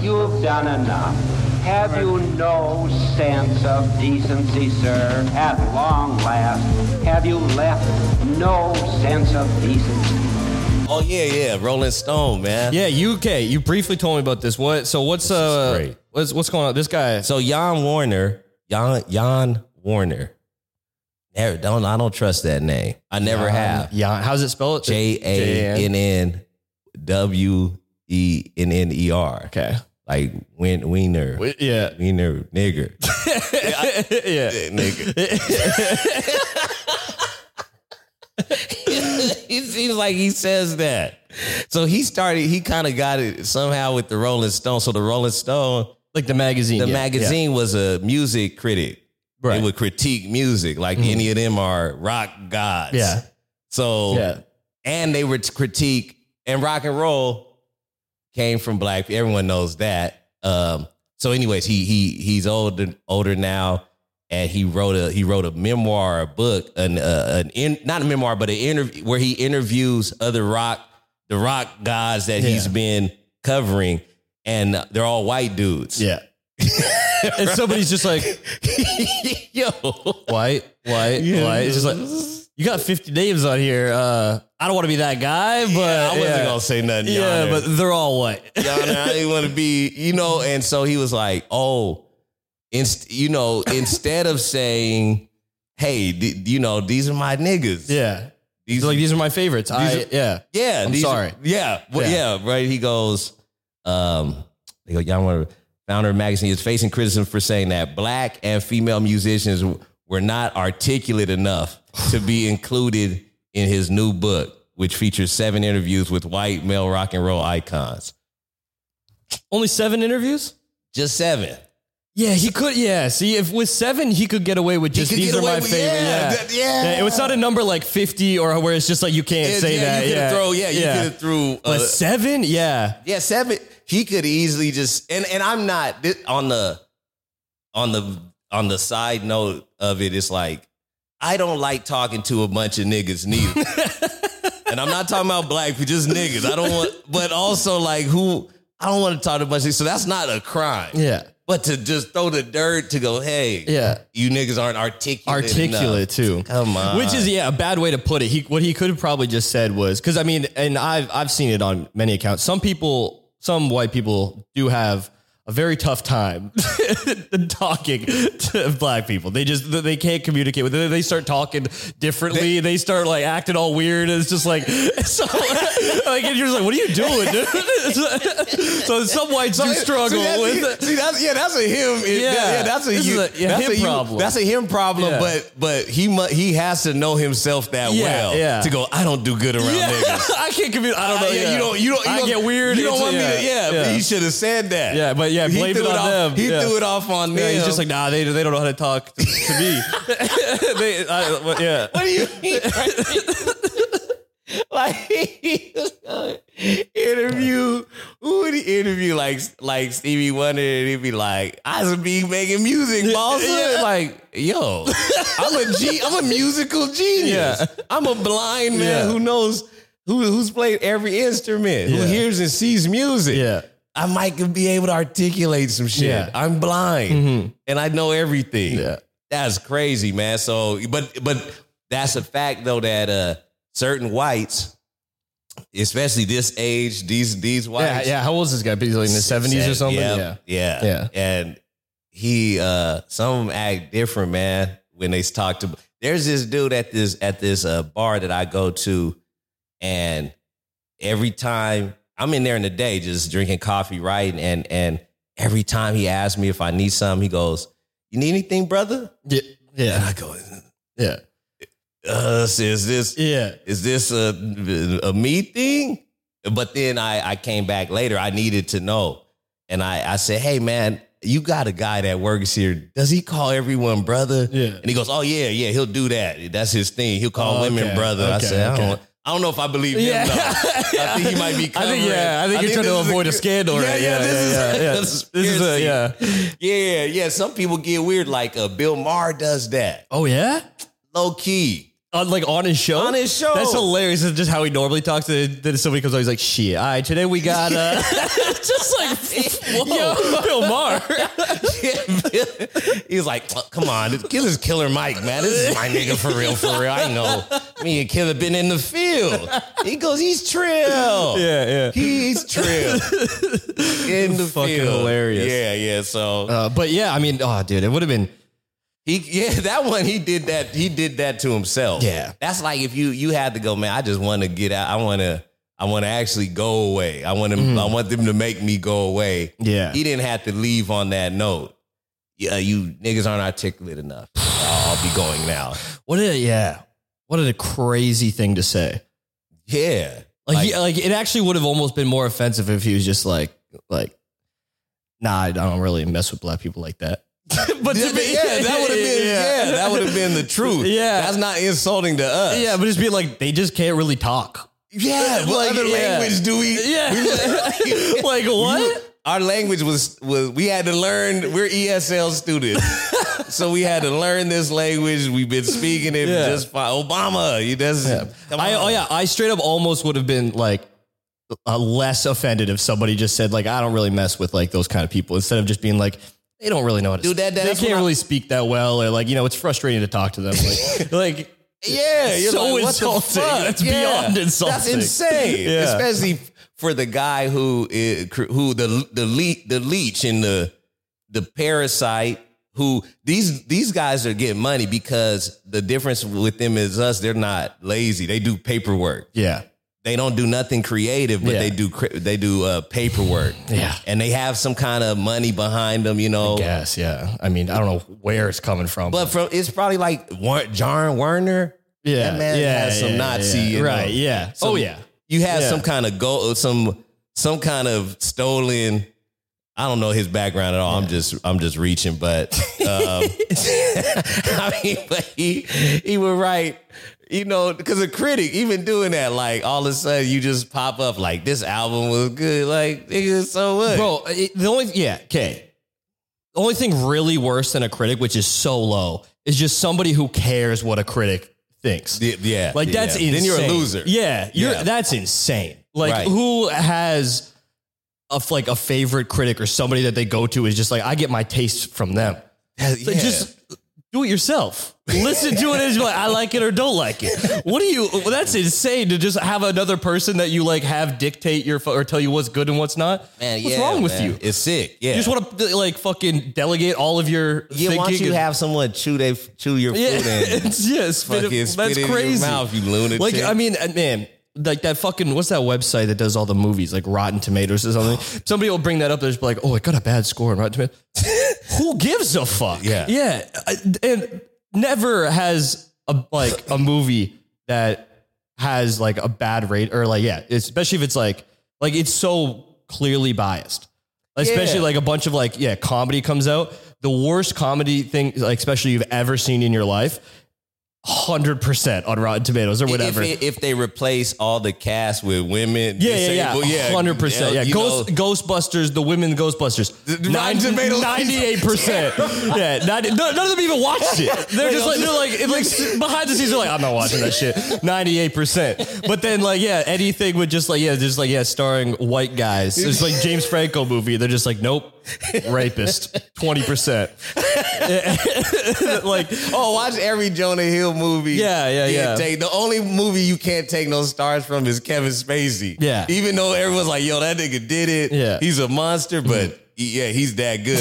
you've done enough. Have you no sense of decency, sir? At long last, have you left no sense of decency? Oh yeah, yeah, Rolling Stone, man. Yeah, UK. You briefly told me about this. What? So what's uh? great. What's what's going on? This guy. So Jan Warner, Jan Jan Warner. Never, don't I don't trust that name. I never have. Uh-huh. Yeah. How's it spelled? J A N N W E N N E R. Okay. Like Wien- Wiener. Wait, Yeah. Wiener nigger. yeah. it seems like he says that. So he started, he kind of got it somehow with the Rolling Stone. So the Rolling Stone, Like the magazine. the yeah, magazine was a music critic. Yeah. Right. Mm-hmm. It would critique music like any of them are rock gods. yeah. So Yeah. and they were to critique and rock and roll came from black. Everyone knows that. Um, so, anyways, he he he's older older now, and he wrote a he wrote a memoir, a book, an uh, an in, not a memoir, but an interview where he interviews other rock the rock guys that he's Yeah. been covering, and they're all white dudes. Yeah. and somebody's just like yo, white, white, Yeah. white. It's just like you got fifty names on here. Uh, I don't want to be that guy, but I wasn't yeah. gonna say nothing. Yeah, yonder. but they're all white. Y'all know, I didn't want to be, you know. And so he was like, oh, inst- you know, instead of saying, hey, th- you know, these are my niggas. yeah. These, He's like these are my favorites. I These yeah. yeah. I'm these sorry. yeah. Well, yeah. Right. He goes, um, they go, y'all want to, founder of magazine is facing criticism for saying that black and female musicians were not articulate enough to be included in his new book, which features seven interviews with white male rock and roll icons. Only seven interviews. Just seven. Yeah, he could. Yeah, see, if with seven, he could get away with just could these get are away my with- favorite. yeah, Yeah, that- yeah. It was not a number like fifty or where it's just like you can't Yeah, say yeah, that. You could yeah, have throw, yeah, you could have threw. Uh, but seven, yeah, yeah, seven. He could easily just and and I'm not this, on the on the on the side note of it. It's like I don't like talking to a bunch of niggas neither. and I'm not talking about black, but just niggas. I don't want, but also like who I don't want to talk to a bunch of. So that's not a crime. yeah, But to just throw the dirt to go, hey, yeah. you niggas aren't articulate. Articulate too. Enough. Come on. Which is yeah a bad way to put it. He what he could have probably just said was because I mean, and I've I've seen it on many accounts. Some people, some white people, do have a very tough time talking to black people. They just they can't communicate with. Them. They start talking differently. They, start like acting all weird. And it's just like so like and you're just like, what are you doing, dude? so some whites do struggle See, that's, with. see, that's- yeah, that's a him. it- Yeah. yeah, that's a This you. is a- yeah, that's him you- problem. That's a him problem. Yeah. But but he mu- he has to know himself that Yeah, well yeah. to go. I don't do good around Yeah, niggas. I can't communicate. I don't know. Uh, yeah, you don't. You don't. You I don't, get weird. You don't It's- want me to. Yeah, but he should have said that. Yeah, but yeah, he blame threw it on off, them. He Yeah. threw it off on Yeah, them. he's just like, nah, they, they don't know how to talk to, to me. they, I, well, yeah. what do you mean? like interview who would he interview like like Stevie Wonder and he'd be like I should be making music boss yeah. like yo I'm a G I'm a musical genius Yeah. I'm a blind man Yeah. who knows who who's played every instrument who Yeah. hears and sees music Yeah. I might be able to articulate some shit Yeah. I'm blind Mhm. and I know everything Yeah. that's crazy, man. So, but but that's a fact though that uh certain whites, especially this age, these these Yeah, whites, yeah. How old is this guy? He's like in the 70s or something? yeah, yeah, Yeah. And he, uh some of them act different, man. When they talk to, there's this dude at this at this uh, bar that I go to, and every time I'm in there in the day, just drinking coffee, right, and and every time he asks me if I need something, he goes, "You need anything, brother?" Yeah. And Yeah. I go, Yeah. uh, so is this Yeah. is this a, a me thing? But then I, I came back later. I needed to know. And I, I said, hey, man, you got a guy that works here. Does he call everyone brother? Yeah. And he goes, oh, yeah, yeah, he'll do that. That's his thing. He'll call Oh, women okay, brother. I okay, said, I, don't, okay. I don't know if I believe him, though. I think he might be I covering. think, yeah. I think you're trying this to is avoid a, scandal, Yeah, right? yeah, this is- yeah, yeah. this is This is a, conspiracy. yeah. Yeah, yeah. Some people get weird. Like uh, Bill Maher does that. Oh, yeah? Low key. on like on his show. On his show. That's hilarious. It's just how he normally talks. And then somebody comes on. He's like, "Shit, all right, today we got uh, just like yo, Bill Maher." He's like, "Fuck, come on, this killer's killer Mike, man. This is my nigga for real, for real. I know. Me and Killer been in the field. He goes, he's trill. yeah, yeah. He's trill. in the Fucking field. hilarious. Yeah, yeah. So Uh, but yeah, I mean, oh, dude, it would have been. he yeah, that one he did that, he did that to himself. Yeah. That's like if you you had to go, man, I just wanna get out. I wanna I wanna actually go away. I want to Mm. I want them to make me go away. Yeah, He didn't have to leave on that note. Yeah, you niggas aren't articulate enough. I'll be going now. What a yeah. What a crazy thing to say. Yeah. Like Like- he, like it actually would have almost been more offensive if he was just like like nah, I don't really mess with black people like that. but Yeah, to be- that would have been yeah. that would have been the truth. Yeah. That's not insulting to us. Yeah, but just be like they just can't really talk. Yeah. What Like, other yeah. language do we Yeah. like what? Our language was was we had to learn we're ESL students. so we had to learn this language. We've been speaking it Yeah. just by Obama. He doesn't come I on. oh yeah, I straight up almost would have been like uh, less offended if somebody just said like I don't really mess with like those kind of people instead of just being like they don't really know how to Dude, that- speak. that's they what can't I- really speak that well or like you know it's frustrating to talk to them like like Yeah, you're so like, what insulting. The fuck? It's beyond That's insulting. insane, Yeah. especially for the guy who is, who the the le- the leech and the the parasite. Who these these guys are getting money because the difference with them is us. They're not lazy. They do paperwork. yeah They don't do nothing creative, but Yeah. they do cri- they do uh, paperwork. Yeah. and they have some kind of money behind them. You know, Yes, yeah. I mean, I don't know where it's coming from. but from it's probably like War- John Werner. yeah, that man yeah, has some yeah, Nazi, yeah. you know. right? Yeah. Some- oh yeah. you have Yeah. some kind of go some some kind of stolen I don't know his background at all. I'm just I'm just reaching, but um, I mean, but he he would write, you know, because a critic even doing that, like all of a sudden you just pop up like this album was good, like nigga, so what? Bro, it, the only yeah, okay. The only thing really worse than a critic, which is so low, is just somebody who cares what a critic thinks. Y- yeah, Like that's yeah. insane. then you're a loser. Yeah, you're Yeah. that's insane. Like Right. who has a f- like a favorite critic or somebody that they go to is just like I get my taste from them. yeah. Like, Just do it yourself. Listen to it and just be like, I like it or don't like it. What do you? Well, that's insane to just have another person that you like have dictate your fu- or tell you what's good and what's not. man, what's yeah, wrong with man. you? It's sick. Yeah, You just want to like fucking delegate all of your yeah. thinking. Why don't you and- have someone chew they chew your yeah, food and it's- yeah, spit it- fucking that's spit in your crazy. mouth, you lunatic. Like I mean, uh, man, like that fucking what's that website that does all the movies, like Rotten Tomatoes or something? Somebody will bring that up. They're just like, oh, it got a bad score on Rotten Tomatoes. Who gives a fuck? Yeah. yeah, I- and never has a like a movie that has like a bad rate or like yeah, especially if it's like like it's so clearly biased. Especially Yeah. like a bunch of like yeah, comedy comes out. The worst comedy thing, like especially you've ever seen in your life, hundred percent on Rotten Tomatoes or whatever. If, it- if they replace all the cast with women, Yeah, yeah, disabled- yeah, hundred percent. Yeah, you Ghost, know, Ghostbusters, the women Ghostbusters, the Rotten Tomatoes- ninety-eight percent. Yeah, 90, no- none of them even watched it. They're just like they're like it's like behind the scenes. They're like, I'm not watching that shit. Ninety-eight percent. But then like yeah, anything with just like yeah, just like yeah, starring white guys. It's like James Franco movie. They're just like nope, rapist, twenty percent. Like oh, watch every Jonah Hill movie. Yeah, yeah, You yeah. Take, the only movie you can't take no stars from is Kevin Spacey. Yeah. even though everyone's like, "Yo, that nigga did it. Yeah. Mm-hmm. he's a monster," but he- yeah, he's that good.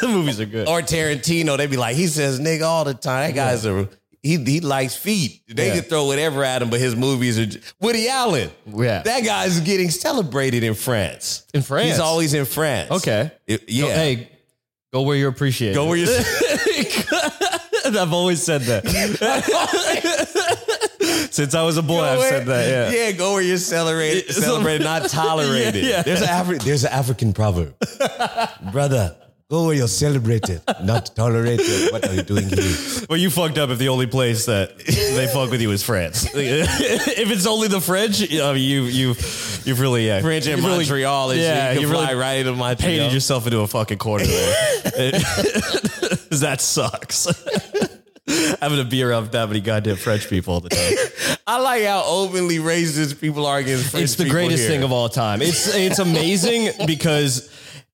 the movies are good. or Tarantino, they be like, "He says nigga all the time. That guy's a he. He likes feet. They Yeah. can throw whatever at him, but his movies are j- Woody Allen. Yeah. that guy's getting celebrated in France. In France? he's always in France. Okay. It- yeah. Go- hey, go where you're appreciated. Go where you I've always said that. Since I was a boy, I've said that. Yeah. go where you're celebrated, so- celebrated, not tolerated. Yeah, yeah. There's an Afri- there's an African proverb, brother. Go where you're celebrated, not tolerated. What are you doing here? Well, you fucked up if the only place that they fuck with you is France. if it's only the French, uh, you you you've really yeah French in you've really- Montreal, is yeah, you can you've fly really right into Montreal. painted yourself into a fucking corner. there. that sucks. having a beer off that many goddamn French people all the time. I like how openly racist people are against French it's the people greatest here. thing of all time. It's it's amazing because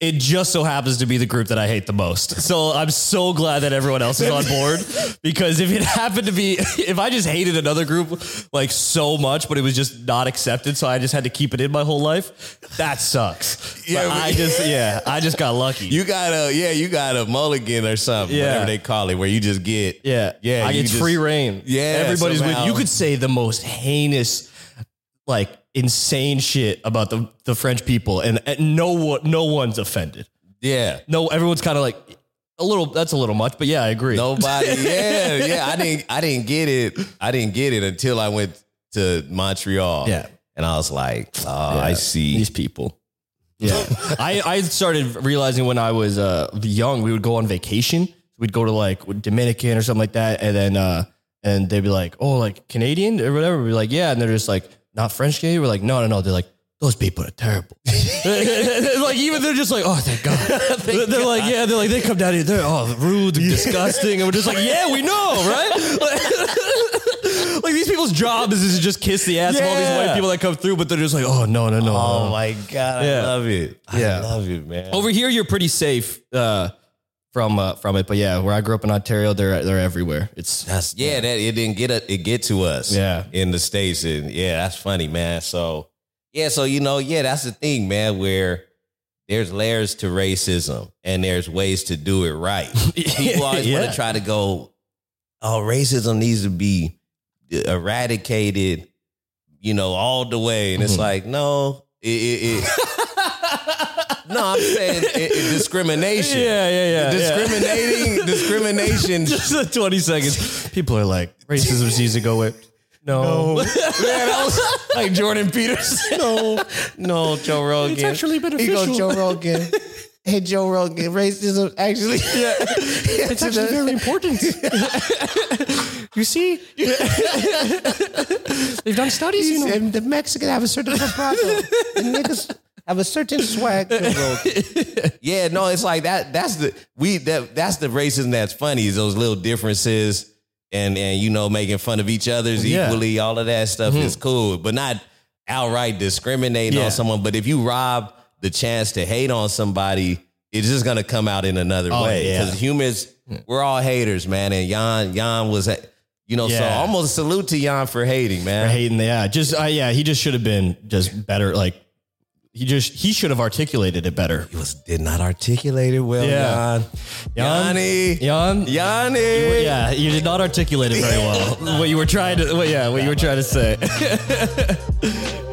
it just so happens to be the group that I hate the most. So I'm so glad that everyone else is on board because if it happened to be if I just hated another group like so much, but it was just not accepted, so I just had to keep it in my whole life. That sucks. Yeah, Yeah, but- I just yeah, I just got lucky. You got a yeah, you got a mulligan or something, Yeah. whatever they call it, where you just get yeah, yeah. I you get just- free reign. Yeah, everybody's somehow. with. You could say the most heinous, like insane shit about the the French people, and, and no one no one's offended. Yeah, No, everyone's kind of like a little. That's a little much, but yeah, I agree. nobody. yeah, yeah. I didn't. I didn't get it. I didn't get it until I went to Montreal. Yeah. and I was like, oh, Yeah. I see. these people. Yeah, I I started realizing when I was uh young, we would go on vacation. We'd go to like Dominican or something like that, and then uh and they'd be like, oh, like Canadian or whatever. We'd be like, yeah, and they're just like not French Canadian. We're like, no, no, no. They're like. Those people are terrible. like even they're just like, oh, thank God. they're like, yeah, they're like, they come down here, they're all rude and disgusting, and we're just like, yeah, we know, right? like these people's job is to just kiss the ass of all these Yeah. white people that come through, but they're just like, oh no, no, no. no, Oh no. my god, I Yeah. love it. I Yeah. Oh, love it, man. Over here, you're pretty safe uh, from uh, from it, but yeah, where I grew up in Ontario, they're they're everywhere. It's That's yeah, that it didn't get a, it get to us. Yeah. In the States. And yeah, that's funny, man. So yeah, so you know, yeah, that's the thing, man, where there's layers to racism and there's ways to do it right. People always want Yeah. to try to go, oh, racism needs to be eradicated, you know, all the way. And it's Mhm. like, no, it, it, it no, I'm saying it, it, discrimination. yeah, yeah, yeah. Discriminating, discrimination Just the twenty seconds. People are like, racism needs to go away. No, Man, that was like Jordan Peterson. No, no, Joe Rogan. it's actually He beneficial. goes, Joe Rogan. Hey, Joe Rogan, racism actually. Yeah, It's actually very important. you see, they've done studies. You know, and the Mexicans have a certain vibrato. the niggas have a certain swag. yeah, no, it's like that. That's the we that that's the racism that's funny is those little differences and and you know making fun of each other's Yeah. Mm-hmm. equally. All of that stuff is cool, but not outright discriminating Yeah. on someone. But if you rob the chance to hate on somebody. It's just gonna come out in another Oh, way yeah. Mm. because humans, we're all haters, man. And Jan, Jan was, a- you know, so Yeah. almost salute to Jan for hating, man. for hating the yeah just uh, yeah he just should have been just better like he just he should have articulated it better He was did not articulate it well, Yeah. Jan. Yanni. Jan Yanni. yeah you did not articulate it very well what you were trying to what, yeah what you were trying to say